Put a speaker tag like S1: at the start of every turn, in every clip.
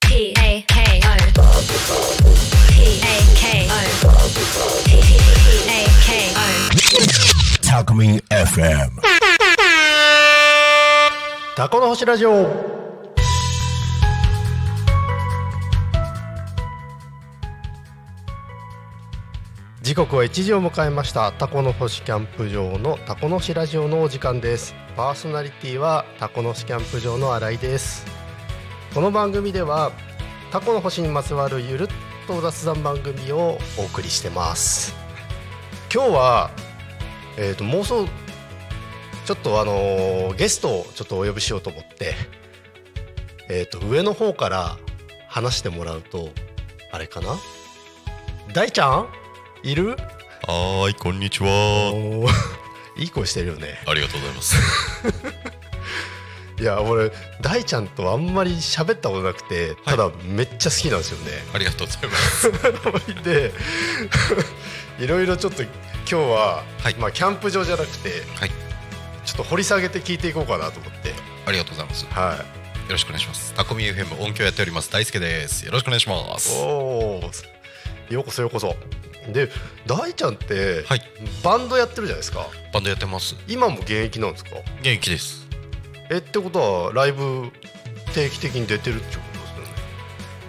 S1: P A K O. P A K O. P A K O.
S2: Talkme FM.
S3: タコの星ラジオ時刻は1時を迎えましたタコの星キャンプ場のタコの星ラジオのお時間ですパーソナリティはタコの星キャンプ場の新井ですこの番組ではタコの星にまつわるゆるっと雑談番組をお送りしてます今日はえっ、と妄想ちょっとあのーゲストをちょっとお呼びしようと思って、えっ、と、上の方から話してもらうと、あれかな大ちゃんいる
S4: はーい、こんにちは。
S3: おーいい声してるよね。
S4: ありがとうございます。
S3: いや、俺、大ちゃんとあんまり喋ったことなくて、ただめっちゃ好きなんですよね。
S4: ありがとうございます。
S3: で、いろいろちょっと今日は、
S4: はい
S3: まあ、キャンプ場じゃなくて、
S4: はい、
S3: ちょっと掘り下げて聞いていこうかなと思って。
S4: ありがとうございます。よ
S3: はい。
S4: ろしくお願いします。タコミ FM 音響やっております。大輔です。よろしくお願いします。
S3: おおようこそようこそで大ちゃんって、
S4: はい、
S3: バンドやってるじゃないですか
S4: バンドやってます。
S3: 今も現役なんですか
S4: 現役です。
S3: えってことはライブ定期的に出てるってことですよね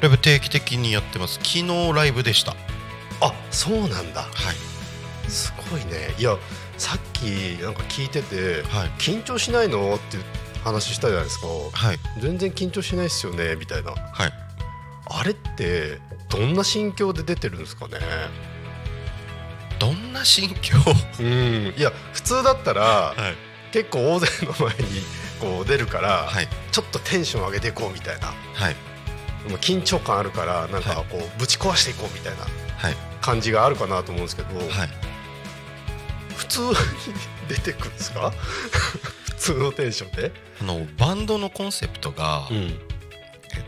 S4: ライブ定期的にやってます。昨日ライブでした。は
S3: あそうなんだ
S4: い。
S3: すごいねいやさっきなんか聞いてて
S4: はい。
S3: 緊張しないのっていう話したじゃないですか
S4: はい。
S3: 全然緊張しないっすよねみたいな
S4: はい。
S3: あれってどんな心境で出てるんですかね
S4: どんな心境。
S3: うんいや普通だったら、
S4: はい。
S3: 結構大勢の前にこう出るから、
S4: はい。
S3: ちょっとテンション上げていこうみたいな
S4: はい。
S3: もう緊張感あるからなんかこうぶち壊していこうみたいな
S4: はい。
S3: 感じがあるかなと思うんですけど、
S4: はい。
S3: 普通に出てくるんですか 普通のテンションで、
S4: あの、バンドのコンセプトが、えっ、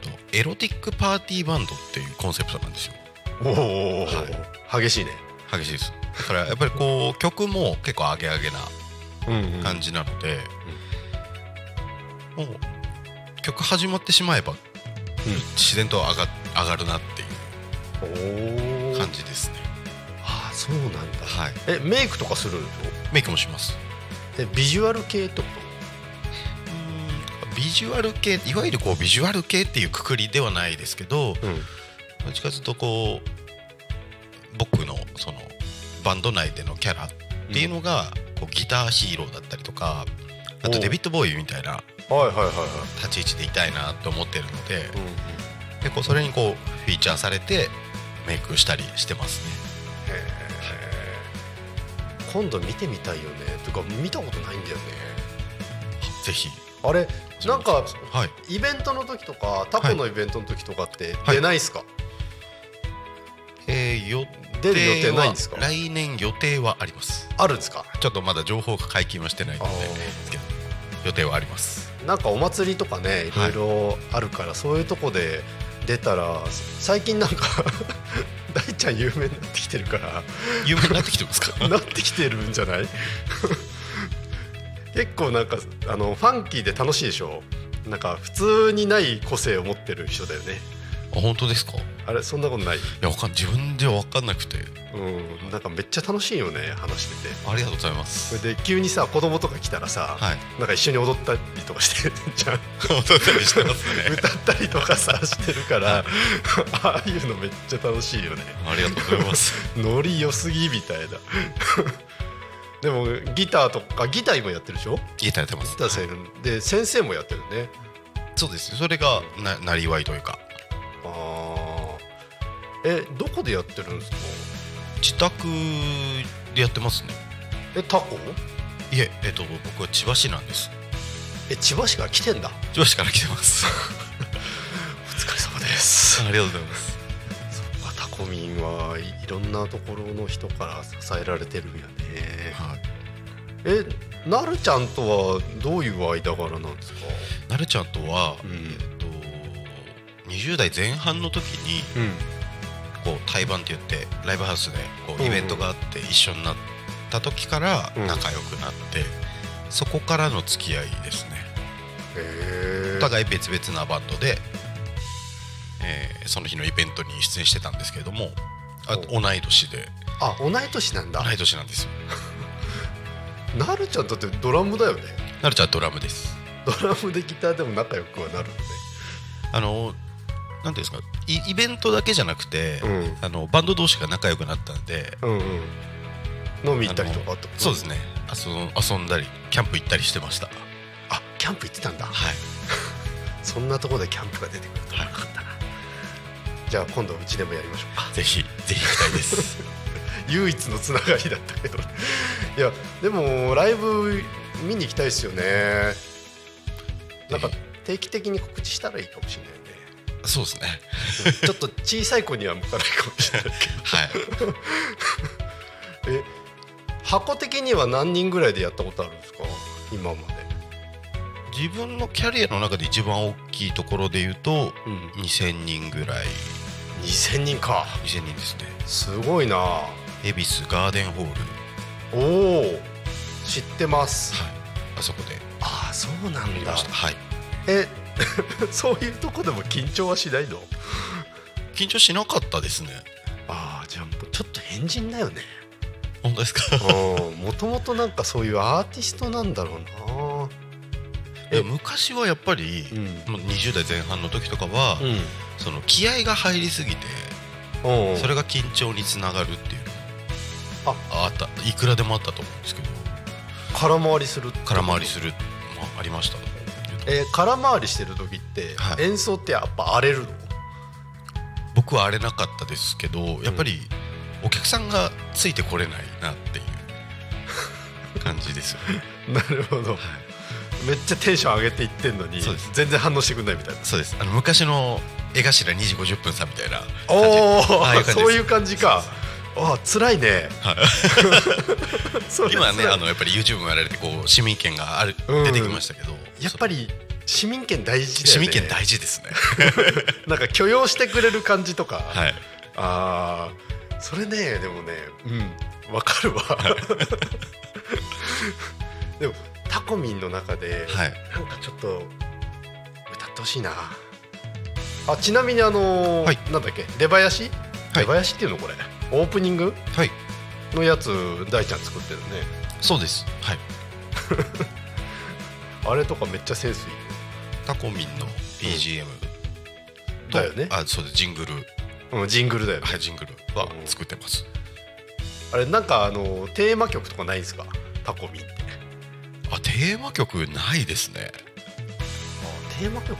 S4: と、エロティックパーティーバンドっていうコンセプトなんですよ。
S3: おお、激しいね、
S4: 激しいです。だから、やっぱりこう、曲も結構アゲアゲな。
S3: うん
S4: 感じなので、もう曲始まってしまえば、自然と上が上がるなってい
S3: おお
S4: う感じですね、
S3: ああそうなんだ
S4: はい
S3: えメイクとかするの
S4: メイクもします
S3: えビジュアル系ってこ
S4: ビジュアル系いわゆるこうビジュアル系っていうくくりではないですけど
S3: と、うん、
S4: どっちかというとこう僕のそのバンド内でのキャラっていうのが、こうギターヒーローだったりとかあ
S3: お
S4: と
S3: う
S4: デビッド・ボーイみたいな
S3: はいはいはいは
S4: 立ち位置でいたいなと思ってるので
S3: い、うん
S4: でこうそれにこうフィーチャーされてメイクしたりしてますね
S3: 今度見てみたいよねとか見たことないんだよね
S4: ぜひ
S3: あれなんか
S4: はい
S3: イベントの時とかタコのイベントの時とかって出ないですか、
S4: えー、予
S3: 出る予定ないんですか
S4: は来年予定はあります
S3: あるんですか
S4: ちょっとまだ情報が解禁はしてないので
S3: あー
S4: ですけど予定はあります
S3: なんかお祭りとかねいろいろあるから、そういうとこで出たら最近なんか 大ちゃん有名になってきてるか
S4: 有名になってきてますか
S3: らなってきてるんじゃない 結構なんかあのファンキーで楽しいでしょなんか普通にない個性を持ってる人だよね
S4: あ本当ですかい
S3: あれそんなことない
S4: やわかん自分では分かんなくて
S3: うんなんかめっちゃ楽しいよね話してて
S4: ありがとうございます
S3: それで急にさ子供とか来たらさ、
S4: はい
S3: なんか一緒に踊ったりとか してるじゃ
S4: お
S3: ん
S4: 届けしてますね
S3: 歌ったりとかさしてるからああいうのめっちゃ楽しいよね
S4: ありがとうございます
S3: ノリ良すぎみたいな でもギターとかギター今やってるでしょギ
S4: ギターやってます
S3: ターさんいるで先生もやってるね
S4: そうですそれがななりわいというか
S3: ああえどこでやってるんですか
S4: 自宅でやってますね
S3: えタコ
S4: いええっと僕は千葉市なんです
S3: え千葉市から来てんだ
S4: 千葉市から来て ます
S3: お疲れ様です
S4: ありがとうございます。
S3: まあタコミンはいいろんなところの人から支えられてるんやねえなるちゃんとはどういう間柄なんですか
S4: なるちゃんとは、
S3: うん
S4: えっと20代前半の時に
S3: うん
S4: こう対バンって言ってライブハウスでこ
S3: うん
S4: う
S3: うん
S4: イベントがあって一緒になった時から
S3: うん
S4: 仲良くなって、そこからの付き合いですね。
S3: へえ
S4: お互い別々なバンドで、えーその日のイベントに出演してたんですけれどもあ
S3: お
S4: 同い年で
S3: あ同い年なんだ
S4: 同い年なんですよ
S3: なるちゃんだってドラムだよね
S4: なるちゃんはドラムです
S3: ドラムでギターでも仲良くはなる
S4: あのなんていうんですかイイベントだけじゃなくて、
S3: のね
S4: あのバンド同士が仲良くなったんで
S3: うんうんうん飲み行ったりとかあった
S4: そうです
S3: ね
S4: ね遊遊んだりキャンプ行ったりしてました
S3: あキャンプ行ってたんだ
S4: はい
S3: そんなところでキャンプが出てくるとはなかったな、じゃあ今度うちでもやりましょうか
S4: ぜひぜひ行きたいです
S3: 唯一のつながりだったけど いやでもライブ見に行きたいですよねなんか
S4: ぜ
S3: 定期的に告知したらいいかもしれないね
S4: そうですね
S3: ちょっと小さい子には向かないかもしれ ない
S4: はい
S3: けどえ箱的には何人ぐらいでやったことあるんですか今まで、
S4: 自分のキャリアの中で一番大きいところで言うと
S3: うん、
S4: 2000人ぐらい
S3: 2000人か
S4: 2000人ですね
S3: すごいな
S4: 恵比寿ガーデンホール、はい、
S3: おお知ってます
S4: あそこで
S3: ああそうな
S4: や
S3: ん
S4: り
S3: だ
S4: ましたはい
S3: え そういうとこでも緊張はしないの
S4: 緊張しなかったですね
S3: ああじゃあもうちょっと変人だよね
S4: 本当ですか
S3: うんもともとなんかそういうアーティストなんだろう
S4: いや昔はやっぱり、
S3: な
S4: もう20代前半の時とかは、
S3: うん、
S4: その気合が入りすぎて
S3: うん
S4: それが緊張につながるっていう
S3: あ
S4: あったいくらでもあったと思うんですけど
S3: 空回りする
S4: 空回りする、まあ、ありました
S3: えー空回りしてる時って、
S4: はい
S3: 演奏ってやっぱ荒れるの
S4: 僕は荒れなかったですけどやっぱりお客さんがついてこれないなっていう感じですよね
S3: なるほどめっちゃテンション上げていってんのに
S4: そうです
S3: 全然反応してくんないみたいな
S4: そうですあの昔の江頭2時50分さんみたいな
S3: おお、
S4: ああいう感じです
S3: そういう感じか。ああ、辛いね。 それ辛
S4: 今
S3: い
S4: ねあのやっぱり YouTube もやられてこう市民権がある、
S3: うん
S4: 出てきましたけど
S3: やっぱり市民権大事だ
S4: 市
S3: よね。
S4: 民権大事ですね
S3: なんか許容してくれる感じとか。
S4: はい
S3: ああ、それね、でもね、うん、わかるわ。 でもタコミンの中で、
S4: はい
S3: なんかちょっと歌ってほしいな。あ、ちなみにあのー
S4: はい
S3: なんだっけ、出囃子？
S4: は
S3: 出
S4: い
S3: 囃子っていうのこれ？オープニング
S4: はい
S3: のやつ大ちゃん作ってるね。
S4: そうですはい
S3: あれとかめっちゃセンスいいよ
S4: タコミンの BGM と、
S3: だよね
S4: あそうですジングル
S3: うん、ジングルだよね
S4: はいジングルは作ってます、
S3: あれなんかあのテーマ曲とかないんですかタコミンって
S4: あテーマ曲ないですね
S3: テーマ曲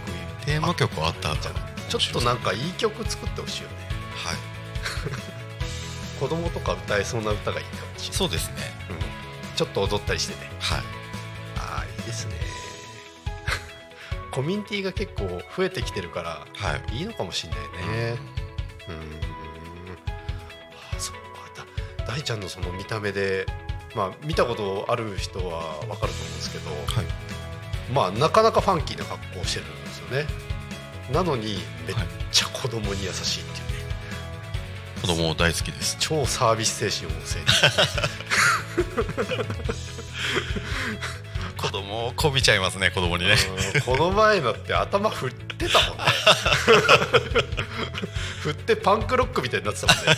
S4: テーマ曲あったあった
S3: ちょっとなんかいい曲作ってほしいよね
S4: はい
S3: 子供とか歌えそうな歌がいいかもしれない
S4: そうですね
S3: ちょっと踊ったりしてね
S4: はい
S3: ああいいですねコミュニティが結構増えてきてるから
S4: はい
S3: いいのかもしれないねうんああそっかだ大ちゃんのその見た目でまあ見たことある人はわかると思うんですけど、
S4: はい
S3: まあなかなかファンキーな格好をしてるんですよねなのにめっ
S4: はい
S3: ちゃ子供に優しいっていうね
S4: 子供大好きです
S3: 超サービス精神旺盛
S4: 子供こびちゃいますね子供にね
S3: うんこの前だって頭振ってたもんね 振ってパンクロックみたいになってたもんね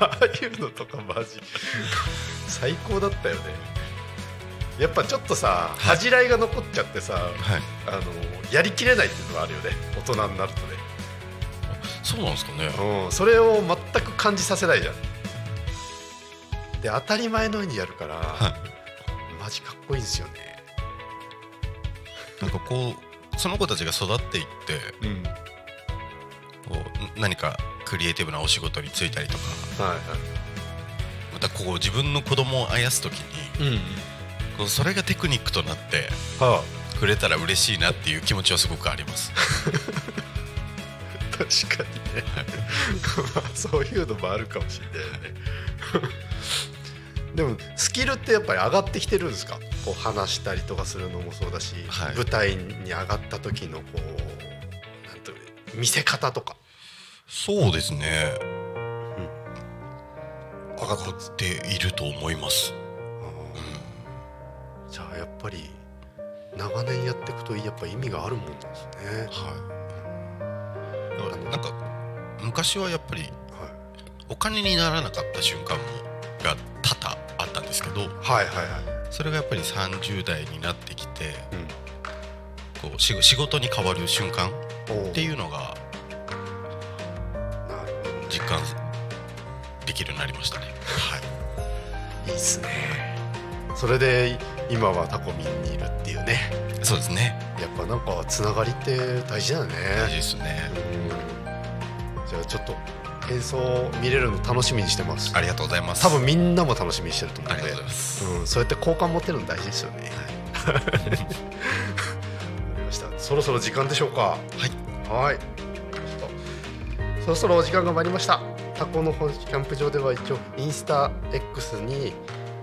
S3: ああいうのとかマジ最高だったよねやっぱちょっとさ
S4: い
S3: 恥じらいが残っちゃってさ、
S4: はい
S3: あのやりきれないっていうのがあるよね大人になるとね
S4: そうなんですかね
S3: うん、それを全く感じさせないじゃんで当たり前のようにやるから、
S4: は
S3: マジかっこいいんですよね、
S4: なんかこうその子たちが育っていって
S3: うんはい
S4: こう何かクリエイティブなお仕事に就いたりとか
S3: は
S4: またこう自分の子供をあやす時に
S3: いうん
S4: こうそれがテクニックとなって
S3: は
S4: くれたら嬉しいなっていう気持ちはすごくあります
S3: あ、確かにね まあそういうのもあるかもしれないよねでもスキルってやっぱり上がってきてるんですかこう話したりとかするのもそうだし、
S4: はい
S3: 舞台に上がった時のこうなんという見せ方とか
S4: そうですね
S3: 上がってます
S4: っていると思います
S3: じゃあやっぱり長年やっていくとやっぱ意味があるもんなんですね。
S4: はい
S3: あの
S4: なんか昔はやっぱりお金にならなかった瞬間もが多々あったんですけど
S3: はいはいは
S4: それがやっぱり30代になってきて
S3: い、うん
S4: こう仕仕事に変わる瞬間
S3: お
S4: って
S3: う
S4: いうのが
S3: なるほどね
S4: 実感できるようになりましたね。はい
S3: いいっすねそれで今はタコミンにいるっていうね
S4: そうですね。
S3: やっぱなんかつながりって大事だよね
S4: 大事ですね。
S3: うんじゃあちょっと演奏見れるの楽しみにしてます
S4: ありがとうございます。
S3: 多分みんなも楽しみにしてると思
S4: あ
S3: う
S4: り
S3: の
S4: がとうご
S3: で
S4: ざいます。
S3: うん、そうやって好感持てるの大事ですよね。わかりました。そろそろ時間でしょうか。はい。はい。ちょっとそろそろお時間が参りました。タコの本キャンプ場では一応インスタ X に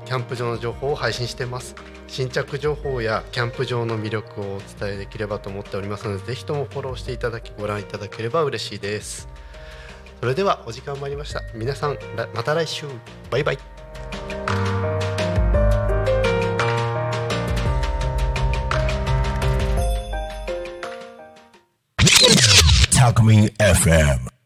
S3: キャンプ場の情報を配信しています。新着情報やキャンプ場の魅力をお伝えできればと思っておりますので、ぜひともフォローしていただきご覧いただければ嬉しいです。それではお時間参りました。皆さんらまた来週。バイバイ。
S2: Talk Me FM.